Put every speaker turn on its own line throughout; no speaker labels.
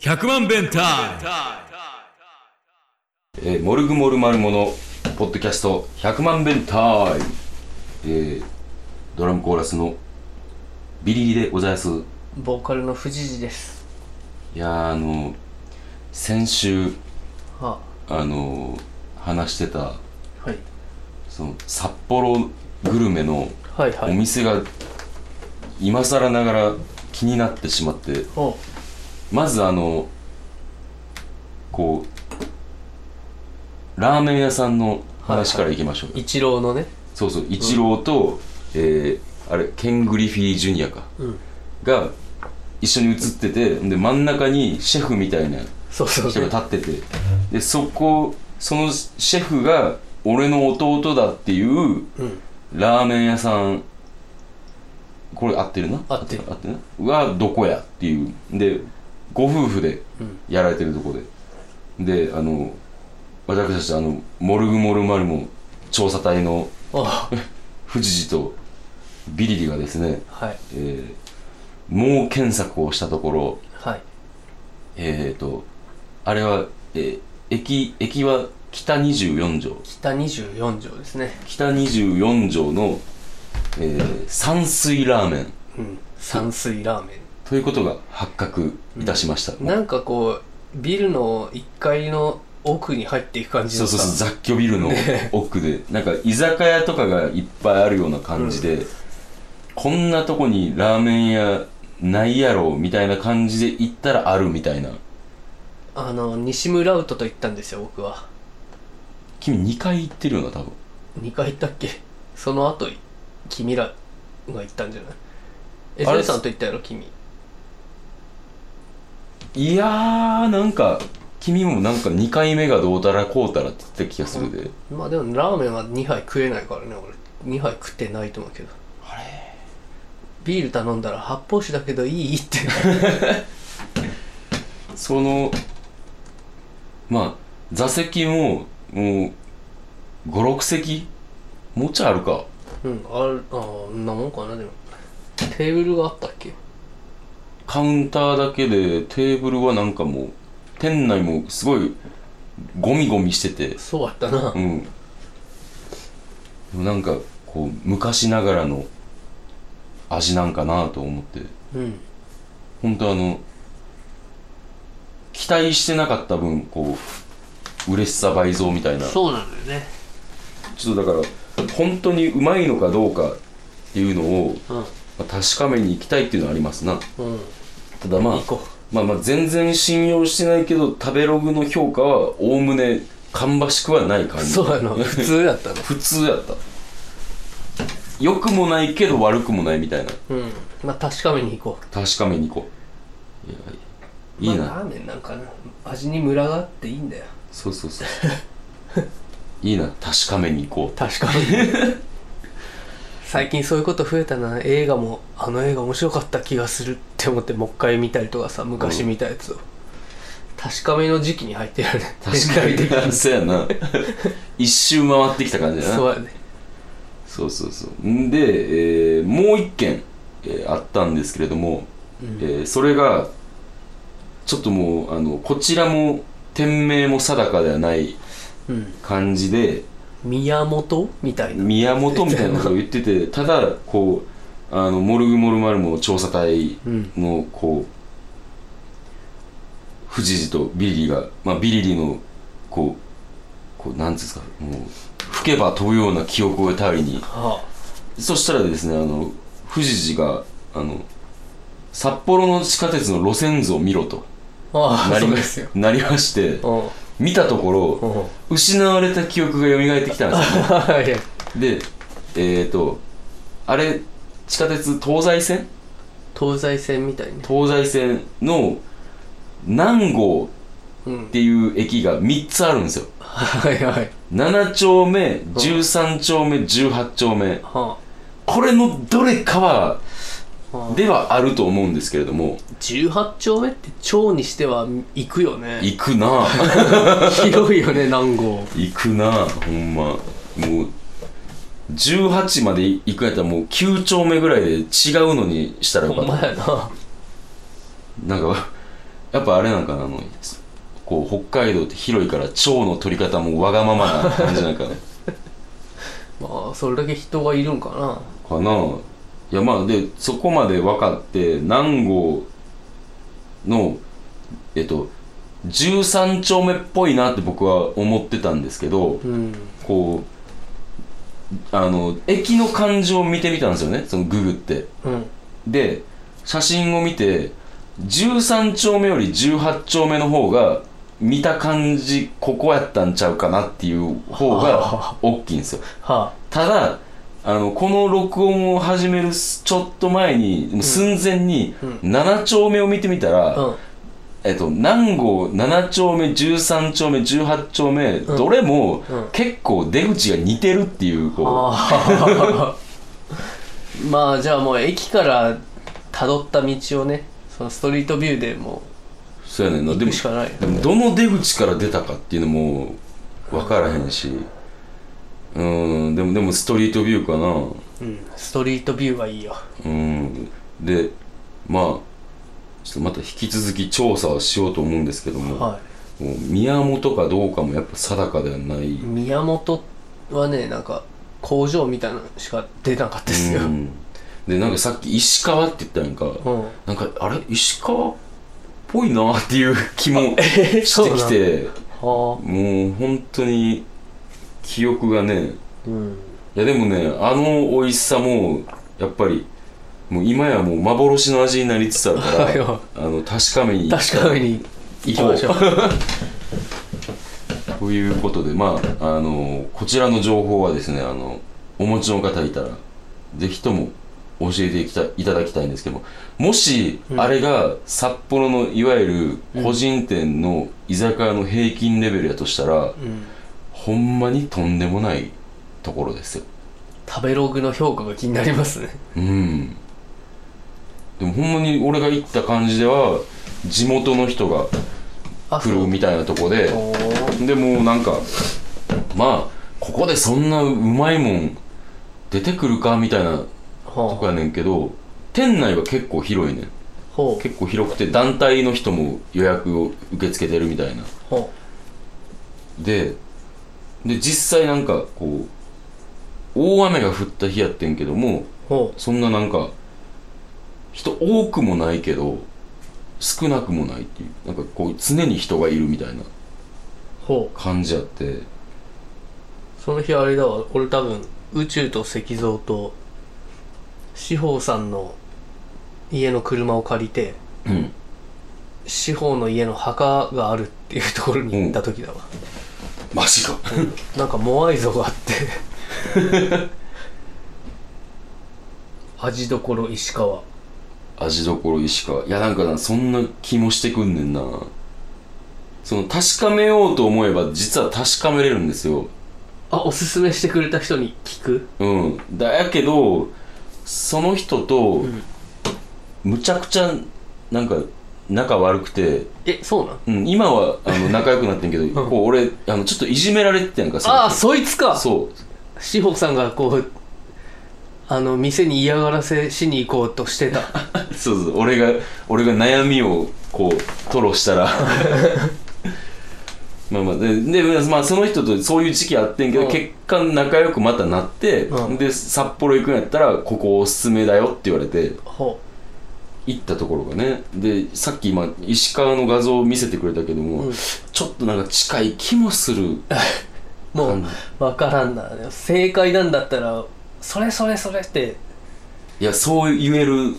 100万弁タイ
えーモルグモルマルモのポッドキャスト100万弁タイム、えードラムコーラスのビリリでございますい
ボーカルの藤次です。
やーあの先週
は
あの話してた
あ、はい。
その札幌グルメの
はいは
お
い。
店が今更ながら気になってしまって
お
まずあのこうラーメン屋さんの話からいきましょうよ
一郎のね。
そうそう、イチローと、えーあれ、ケン・グリフィー・ジュニアか、
ん
が一緒に写ってて、で、真ん中にシェフみたいな
そうそう
人
そう。
が立ってて、で、そこ、そのシェフが俺の弟だっていう
うん。
ラーメン屋さん、これ合ってるな
合ってる
合ってるなはどこやっていう。で、ご夫婦で
うん
やられてるとこで。で、あの、私たち、あの、モルグモルマルモ調査隊の
あ
富士寺とビリリがですね、
はい。
えー、猛検索をしたところ、
はい。
えー、と、あれは、えー駅、駅は北24条。
北24条ですね。
北24条の、えー山水ラーメン
うん。山水ラーメ
ということが発覚いたしました。
ン。なんかこう、ビルの1階の奥に入っていく感じ
そう
の
そうそう、
さ
雑居ビルの
ね
奥で、なんか居酒屋とかがいっぱいあるような感じで、こんなとこにラーメン屋ないやろみたいな感じで行ったらあるみたいな。
あの、西村ウトと行ったんですよ、僕は。
君2回行ってるよな多分
2回行ったっけその後、君らが行ったんじゃないえ、
あ
ゼ
れ
ルさんと行ったやろ、君。
いやーなんか君もなんか2回目がどうたらこうたらって言ってた気がするで
まあでもラーメンは2杯食えないからね俺2杯食ってないと思うけど
あれ
ビール頼んだら発泡酒だけどいいって
そのまあ座席ももう56席もうちょいあるか
うんあるあーんなもんかなでもテーブルがあったっけ
カウンターだけでテーブルはなんかもう店内もすごいゴミゴミしてて
そうだったな
うんでもなんかこう昔ながらの味なんかなと思って
うん
本当あの期待してなかった分こう嬉しさ倍増みたいなちょ
そうなんだよね
っとだから本当にうまいのかどうかっていうのをまあ確かめに行きたいっていうのはありますな
うんうん
ただまあ
行こ
まあまあ全然信用してないけど食べログの評価はおおむね芳しくはない感
う
じ
そうやな 普通だったな
普通やった良くもないけど悪くもないみたいな
うんまあ確かめに行こ
確かめに行こう
う
いやいいな、
まあ、ラーメンなんかな味にムラがあっていいんだよ
そうそうそう いいな確かめに行こう
確かに最近そういうこと増えたな映画もあの映画面白かった気がするって思ってもう一回見たりとかさ昔見たやつを、確かめの時期に入ってるよね
確かに
全体
なそうやな一周回ってきた感じ
的
だな
そうやね
そうそうそうんで、えーもう一件、えーあったんですけれども、えーそれがちょっともうあのこちらも店名も定かではない
うん
感じで
宮本みたいな
宮本みたいなことを言っててただこうあのモルグモルマルモ調査隊
うん
のこう富士寺とビリリが、まあ、ビリリのこうこうなんていうんですかもう吹けば飛ぶような記憶を頼りに
は
そしたらですねあの富士寺があの札幌の地下鉄の路線図を見ろと
あああ
なり
そう
ま
ですよ
なりまして
うん
見たところ
うん
失われた記憶が蘇ってきたんですよ
はいや
でえっ、ー、とあれ地下鉄東西線
東西線みたいね
東西線の南郷
う
っ
ん
ていう駅が3つあるんですよ
はいはい
7丁目13丁目18丁目
は
これのどれかは
あ、はあ、
ではあると思うんですけれども
18丁目って丁にしては行くよね
行くなぁ
広いよね南 郷
行くなぁほんまもう18まで行くんやったらもう9丁目ぐらいで違うのにしたらよか
ほん
っ
ま
た
やな
なんかやっぱあれなんかなあのこう北海道って広いから蝶の取り方もわがままな感じなんかな
まあそれだけ人がいるんかな
かないやまあでそこまで分かって南郷のえっと13丁目っぽいなって僕は思ってたんですけど
うん
こうあの駅の感じを見てみたんですよねそのググって
うん
で写真を見て13丁目より18丁目の方が見た感じここやったんちゃうかなっていう方が大きいんですよ
は
ただあのこの録音を始めるすちょっと前にもう寸前に
うん
7丁目を見てみたら、
あうん
えっと、南郷7丁目13丁目18丁目、
うん
どれも
うん
結構出口が似てるっていうこ
あー まあじゃあもう駅から辿った道をねそのストリートビューでも
うそうやねん
う
な
行
でも
くしかないよ
でもどの出口から出たかっていうのも分からへんしうんでもでもストリートビューかな
うん、ストリートビューはいいよ
うんでまあちょっとまた引き続き調査はしようと思うんですけども、
は
もう宮本かどうかもやっぱ定かではない
い宮本はねなんか工場みたいなのしか出なかったですよ
う、んでなんかさっき石川って言ったやんか、
うん、
なんかあれ石川っぽいなっていう気も
え
してきて
は
もう本当に記憶がね
あうん
いやでもねあの美味しさもやっぱりもう今やもう幻の味になりつつあるか
はい
ら
よ
あの確かめに
確かに行
行
き
こ
ましょ
う
う
ということでまああのこちらの情報はですねあのお持ちの方いたらぜひとも教えていきたいただきたいんですけどももし、
うん
あれが札幌のいわゆる個人店の居酒屋の平均レベルやとしたら、
うん
ほんまにとんでもないところですよ
食べログの評価が気になりますね
うんでもほんまに俺が行った感じでは地元の人が
あ
来るみたいなとこで
おー
でもうなんかまあここでそんなうまいもん出てくるかみたいなとこ
はあ
やねんけど店内は結構広いねん
ほう
結構広くて団体の人も予約を受け付けてるみたいな
ほ
でで実際なんかこう大雨が降った日やってんけども
うほ
そんななんか人多くもないけど少なくもないっていうなんかこう常に人がいるみたいな
うほう
感じやって
その日あれだわ俺多分宇宙と石像と志保さんの家の車を借りて
うん
志保の家の墓があるっていうところに行った時だわ、
マジか
なんかモアイ像があって味どころ石川
味どころ石川いやなんかなそんな気もしてくんねんなその確かめようと思えば実は確かめれるんですよ
あおすすめしてくれた人に聞く
うんだやけどその人と
ん
むちゃくちゃなんか仲悪くて、
えそうなん
うん、今はあの仲良くなってんけど、
ん
こう俺あのちょっといじめられてたやんかその人
ああそいつか
そう
志保さんがこうあの店に嫌がらせしに行こうとしてた
そうそう俺が俺が悩みをこう吐露 したらまあまあでで、まあ、その人とそういう時期あってんけど、
うん
結果仲良くまたなって、
うん
で札幌行くんやったらここおすすめだよって言われて
ほ
行ったところがねでさっき今石川の画像を見せてくれたけども、
うん
ちょっとなんか近い気もする
うも
うん
う分からんなでも正解なんだったらそれそれそれって
いやそう言える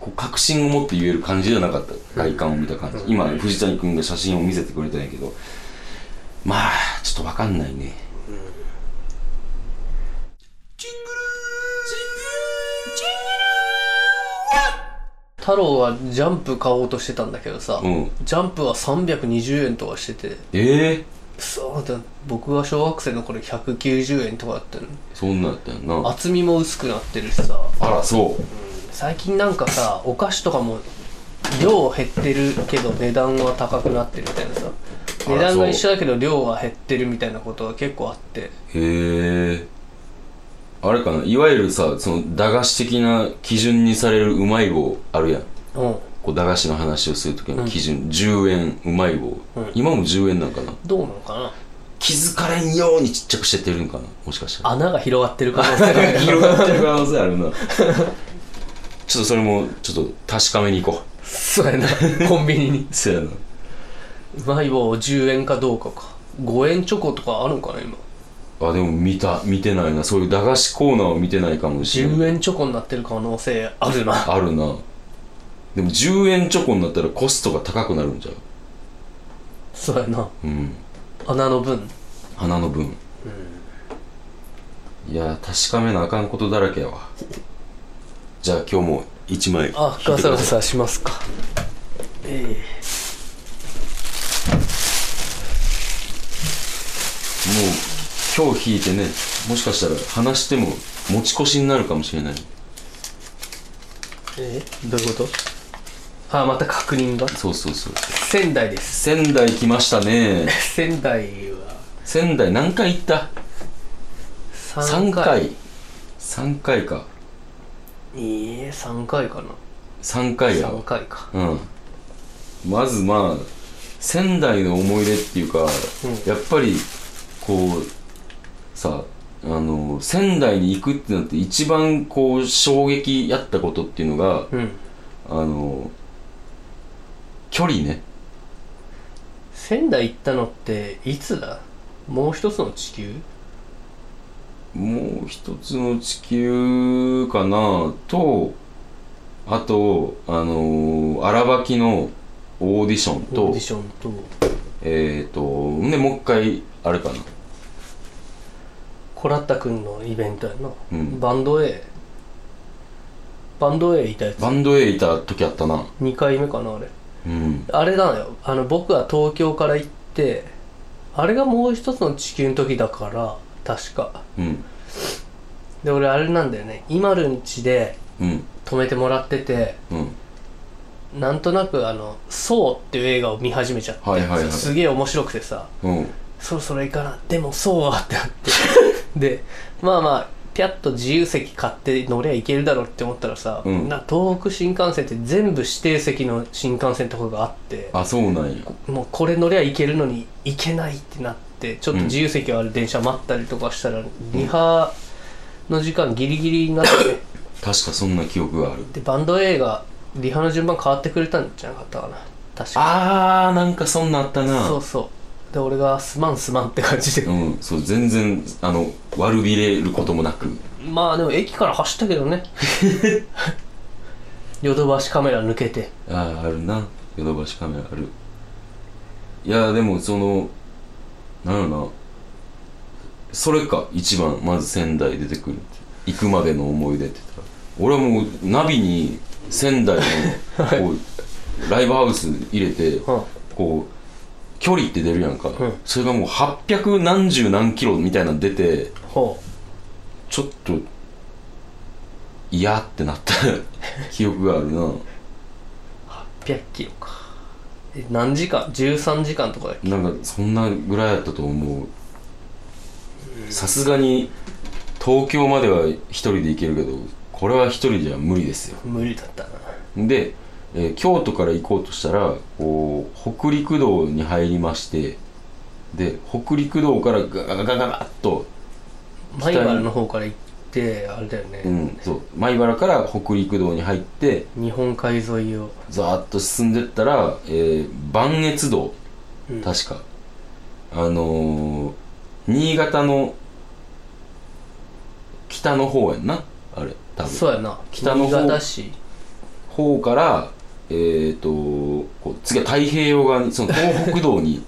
こう確信を持って言える感じじゃなかった外観を見た感じ、
うん
今藤谷君が写真を見せてくれたんやけどまあちょっとわかんないね
太郎はジャンプ買おうとしてたんだけどさ、
うん
ジャンプは320円とかしてて
ええー、
そうだ僕が小学生の頃190円とかだったの
そんなんやったよな
厚みも薄くなってるしさ
あらそう
最近なんかさお菓子とかも量減ってるけど値段は高くなってるみたいなさ
あら
値段
そう
が一緒だけど量は減ってるみたいなことは結構あって
へえあれかないわゆるさその駄菓子的な基準にされるうまい棒あるやん
うん
こう駄菓子の話をする時の基準、10円うまい棒、
うん
今も10円なんかな
どうなのかな
気づかれんようにちっちゃくしてってるんかなもしかしたら
穴が広がってる可能性がある
広がってる可能性あ るなちょっとそれもちょっと確かめに行こ
そう やなコンビニに
うそうやな
うまい棒10円かどうかか5円チョコとかあるんかな今
あでも見た見てないなそういう駄菓子コーナーを見てないかもしれない
10円チョコになってる可能性あるな
あるなでも10円チョコになったらコストが高くなるんじゃう
そうやな
うん
穴の分
花の分いやー確かめなあかんことだらけやわじゃあ今日も1枚
あガサガサしますかえ
もう今日引いてねもしかしたら話しても持ち越しになるかもしれない
えええどういうことあまた確認が
そうそうそう
仙台です
仙台来ましたね
仙台は
仙台何回行った
3
3
回
回3回か
いいえ3回かな
3回やわ
3回か
うんまずまあ仙台の思い出っていうか、
ん
やっぱりこうさあの仙台に行くってなって一番こう衝撃やったことっていうのが
うん
あの距離ね
仙台行ったのっていつだもう一つの地球
もう一つの地球かなとあとあの荒垣のオーディション
オー
と
ディションと
えっ、とねもう一回あれかな
コラッタ君のイベントやな、
うん
バンド A バンド A いたやつ
バンド A いた時あったな
2回目かなあれ
うん
あれなのよあの僕は東京から行ってあれがもう一つの地球の時だから確か
うん
で俺あれなんだよね今るんちで
うん
泊めてもらってて
うん
なんとなくあの「そう」っていう映画を見始めちゃって、
はいはいはい
すげえ面白くてさ
うん
そろそろ行かなでもそうはってなって でまあまあピャッと自由席買って乗りゃいけるだろうって思ったらさ、
うん
な東北新幹線って全部指定席の新幹線とかがあって
あそうなんや
もうこれ乗りゃいけるのに行けないってなってちょっと自由席ある電車待ったりとかしたら、2波の時間ギリギリになって ね
確かそんな記憶がある
でバンド A がリハの順番変わってくれたんじゃなかったかな確か
あーなんかそんなあったな
そうそうで俺が「すまんすまん」って感じで、
うんそう全然あの悪びれることもなく
まあでも駅から走ったけど ねヨドバシカメラ抜けて
あああるなヨドバシカメラあるいやでもそのなんやろなそれか一番まず仙台出てくる行くまでの思い出って言ったら俺はもうナビに仙台のこうライブハウス入れて
うん
こう距離って出るやんか、
ん
それがもう800何十何キロみたいなの出て
ほ
ちょっと嫌ってなった 記憶があるな
う800キロかえ何時間13時間とかだっけ
なんかそんなぐらいだったと思うさすがに東京までは一人で行けるけどこれは一人じゃ無理ですよ
無理だったな
で、えー京都から行こうとしたらこう北陸道に入りましてで北陸道からガガガガガッと、
マイバルの方から行ってあれだよね、
うん、そう米原から北陸道に入って
日本海沿いを
ざーっと進んでったら、えー、磐越道
うん
確か、あのー、新潟の北の方やんなあれ多分
そうやな
北の方
新潟市
方からえっ、ー、とこう次は太平洋側にその東北道 に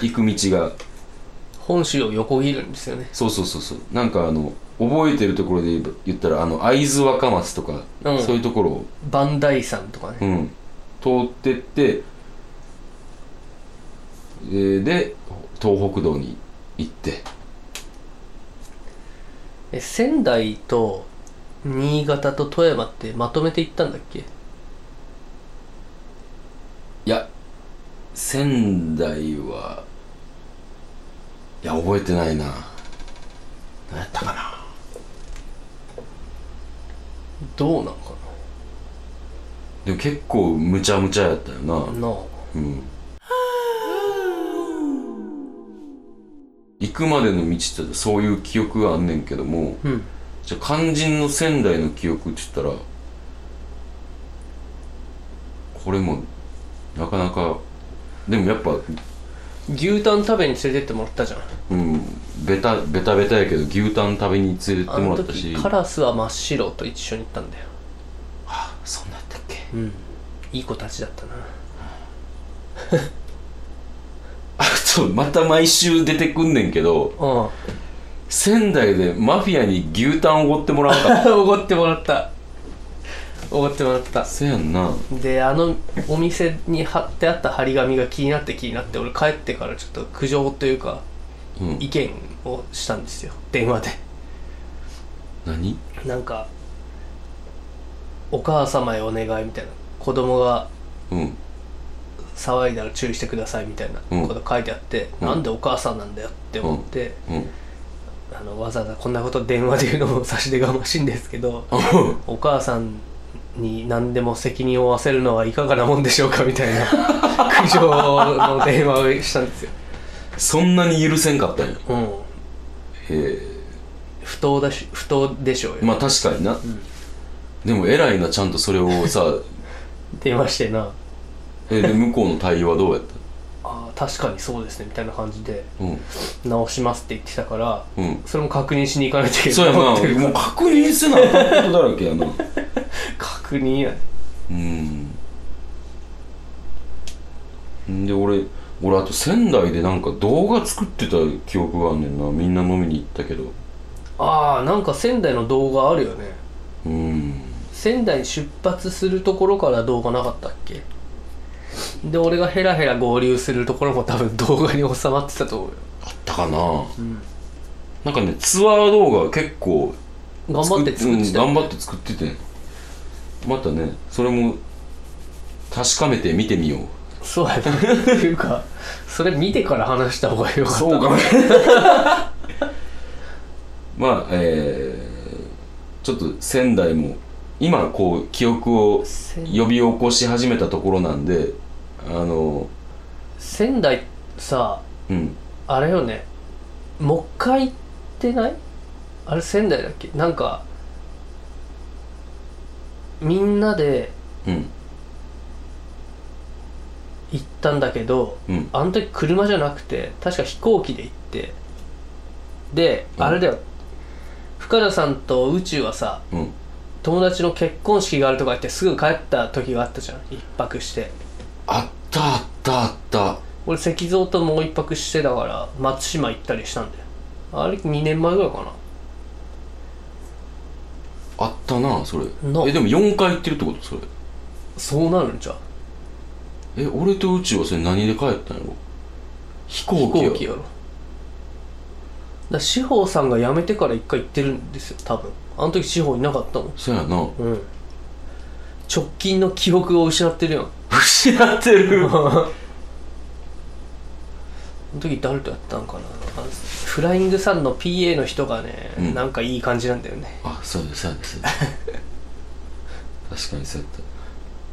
行く道が
本州を横切るんですよね
そうそうそうそうなんかあの覚えてるところで言えば言ったらあの会津若松とか、
うん
そういうところを
磐梯山とかね、
うん、通ってってえーで東北道に行って
え仙台と新潟と富山ってまとめて行ったんだっけ
いや仙台はいや覚えてないな何やったかな
どうなのかな
でも結構むちゃむちゃやったよな、
なあ
うん行くまでの道ってそういう記憶があんねんけども
うん
じゃあ肝心の仙台の記憶って言ったらこれもなかなかでもやっぱ
牛タン食べに連れてってもらったじゃん
うんベタベタベタやけど牛タン食べに連れてって
あ
も
の
らったし
時カラスは真っ白と一緒に行ったんだよ
あそんなんやったっけ
うんいい子たちだったな
あそうまた毎週出てくんねんけど
うん
仙台でマフィアに牛タンおごってもらわんかっ
おごってもらったおごってもらった
たせやんな
であのお店に貼ってあった張り紙が気になって気になって俺帰ってからちょっと苦情というか
うん
意見をしたんですよ電話で
何
なんか「お母様へお願い」みたいな子供が
うん
騒いだら注意してくださいみたいな
うん
こと書いてあって、
うん
なんでお母さんなんだよって思って、
うん
あのわざわざこんなこと電話で言うのも差し出がましいんですけどお母さんに何でも責任を負わせるのはいかがなもんでしょうかみた いな苦情の電話をしたんですよ、
そんなに許せんかったんやへ
うん、
え
不当だし不当でしょうよ、
まあ確かにな、
ん
でも偉いなちゃんとそれを さ
電話してな
えで向こうの対応はどうやっ
あー確かにそうですねみたいな感じで
たうん
直しますって言ってたから
うん
それも確認しに行かないとい けない
そうやな
思ってる
もう確認せなあかんことだらけやな
確認やね
うんで俺俺あと仙台でなんか動画作ってた記憶があんねんなみんな飲みに行ったけど
ああなんか仙台の動画あるよね
うん
仙台出発するところから動画なかったっけで俺がヘラヘラ合流するところも多分動画に収まってたと思うよ、
あったかな、
ん
なんかねツアー動画結構
頑張って作ってたよ
うん、頑張って作っててまたねそれも確かめて見てみよう
そうやなっていうかそれ見てから話した方がよかった
そうかも まあえー、ちょっと仙台も今こう記憶を
仙
呼び起こし始めたところなんであの
仙台さ
うん
あれよねもう一回行ってないあれ仙台だっけなんかみんなで
うん
行ったんだけど
うん
あの時車じゃなくて確か飛行機で行ってで
うん
あれだよ深田さんと宇宙はさ
うん
友達の結婚式があるとか言ってすぐ帰った時があったじゃん一泊して
あったあったあった
俺石像ともう一泊してだから松島行ったりしたんだよあれ2年前ぐらいかな
あったなそれ
な
えでも4回行ってるってことそれ
そうなるんじゃん
え俺と宇宙はそれ何で帰ったんやろ飛
飛
行機
行
や
機やろだから志保さんが辞めてから一回行ってるんですよ多分あの時志保いなかったもん
そやな
うん直近の記憶を失ってるやん あ
失って る
の時誰とやったんかなあのフライングさんの PA の人がね、
うん
なんかいい感じなんだよね
あそうだそうだそうだ確かにそうやった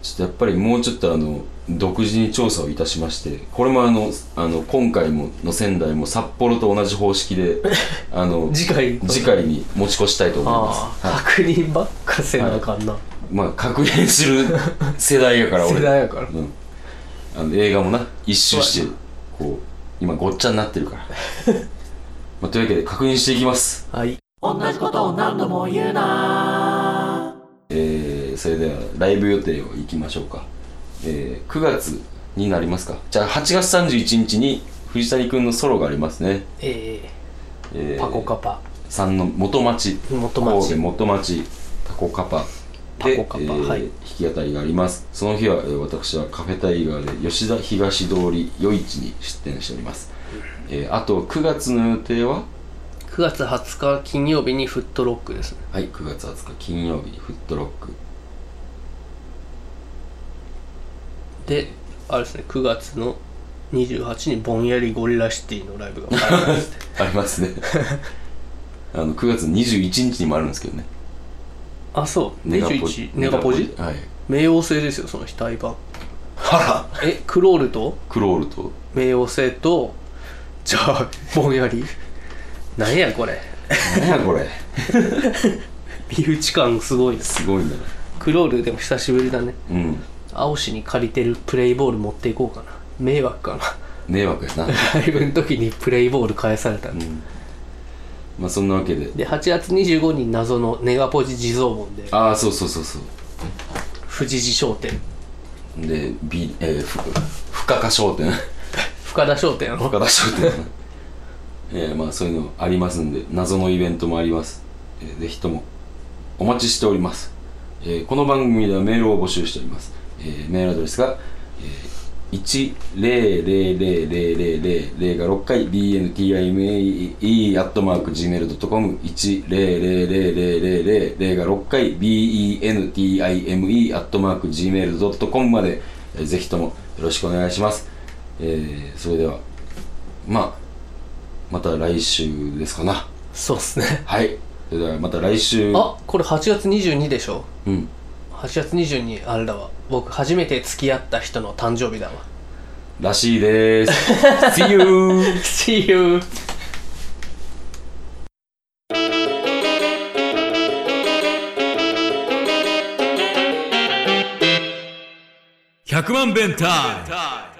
ちょっとやっぱりもうちょっとあの独自に調査をいたしましてこれもあのあの今回もの仙台も札幌と同じ方式であの
次回
次回に持ち越したいと思います
ああ、確認ばっかせなあかんな、
まあ確認する世代やから俺
世代やから
うん、あの映画もな一周してこう今ごっちゃになってる から、まあ、というわけで確認していきます
はい
えーそれではライブ予定をいきましょうか、えー9月になりますかじゃあ8月31日に藤谷君のソロがありますね、
え
え
ー、
ー
パコカパ
さんの元町
元
神
町
戸元町タコカパで
タコカパ
えー
はい
弾き語りがありますその日は、えー私はカフェタイガーで吉田東通り余市に出店しております、えーあと9月の予定は
9月20日金曜日にフットロックですね
はい9月20日金曜日にフットロック
であれですね9月の28にぼんやりゴリラシティのライブ が
ありますねあの9月21日にもあるんですけどね
あそう21ネガポジ
はい
冥王星ですよその日対版
はら
えクロールと
クロールと
冥王星とじゃあぼんやりなんやこれ
何やこれ
身内感すごいです
すごいんだな
クロールでも久しぶりだね
うん
青氏に借りてるプレイボール持っていこうかな迷惑かな
迷惑やな、
ライブの時にプレイボール返された
うん
で
ん、まあそんなわけで
で8月25日に謎のネガポジ地蔵門で
ああそうそうそうそう
富士寺商店
で、B えー、ふ深川商店
深田商店やろ
深川商店 えー、まあそういうのありますんで謎のイベントもあります、えー、ぜひともお待ちしております、えー、この番組ではメールを募集しております、えー、メールアドレスが、えー、1000000が6回 bntime.gmail.com 1000000が6回 bentime.gmail.com まで、えー、ぜひともよろしくお願いします、えー、それではまあまた来週ですかな
そうっすね
はいそれではまた来週
あこれ8月22でしょ
うん
8月22あれだわ僕初めて付き合った人の誕生日だわ
らしいです See you!
See you!
!100 万弁タイム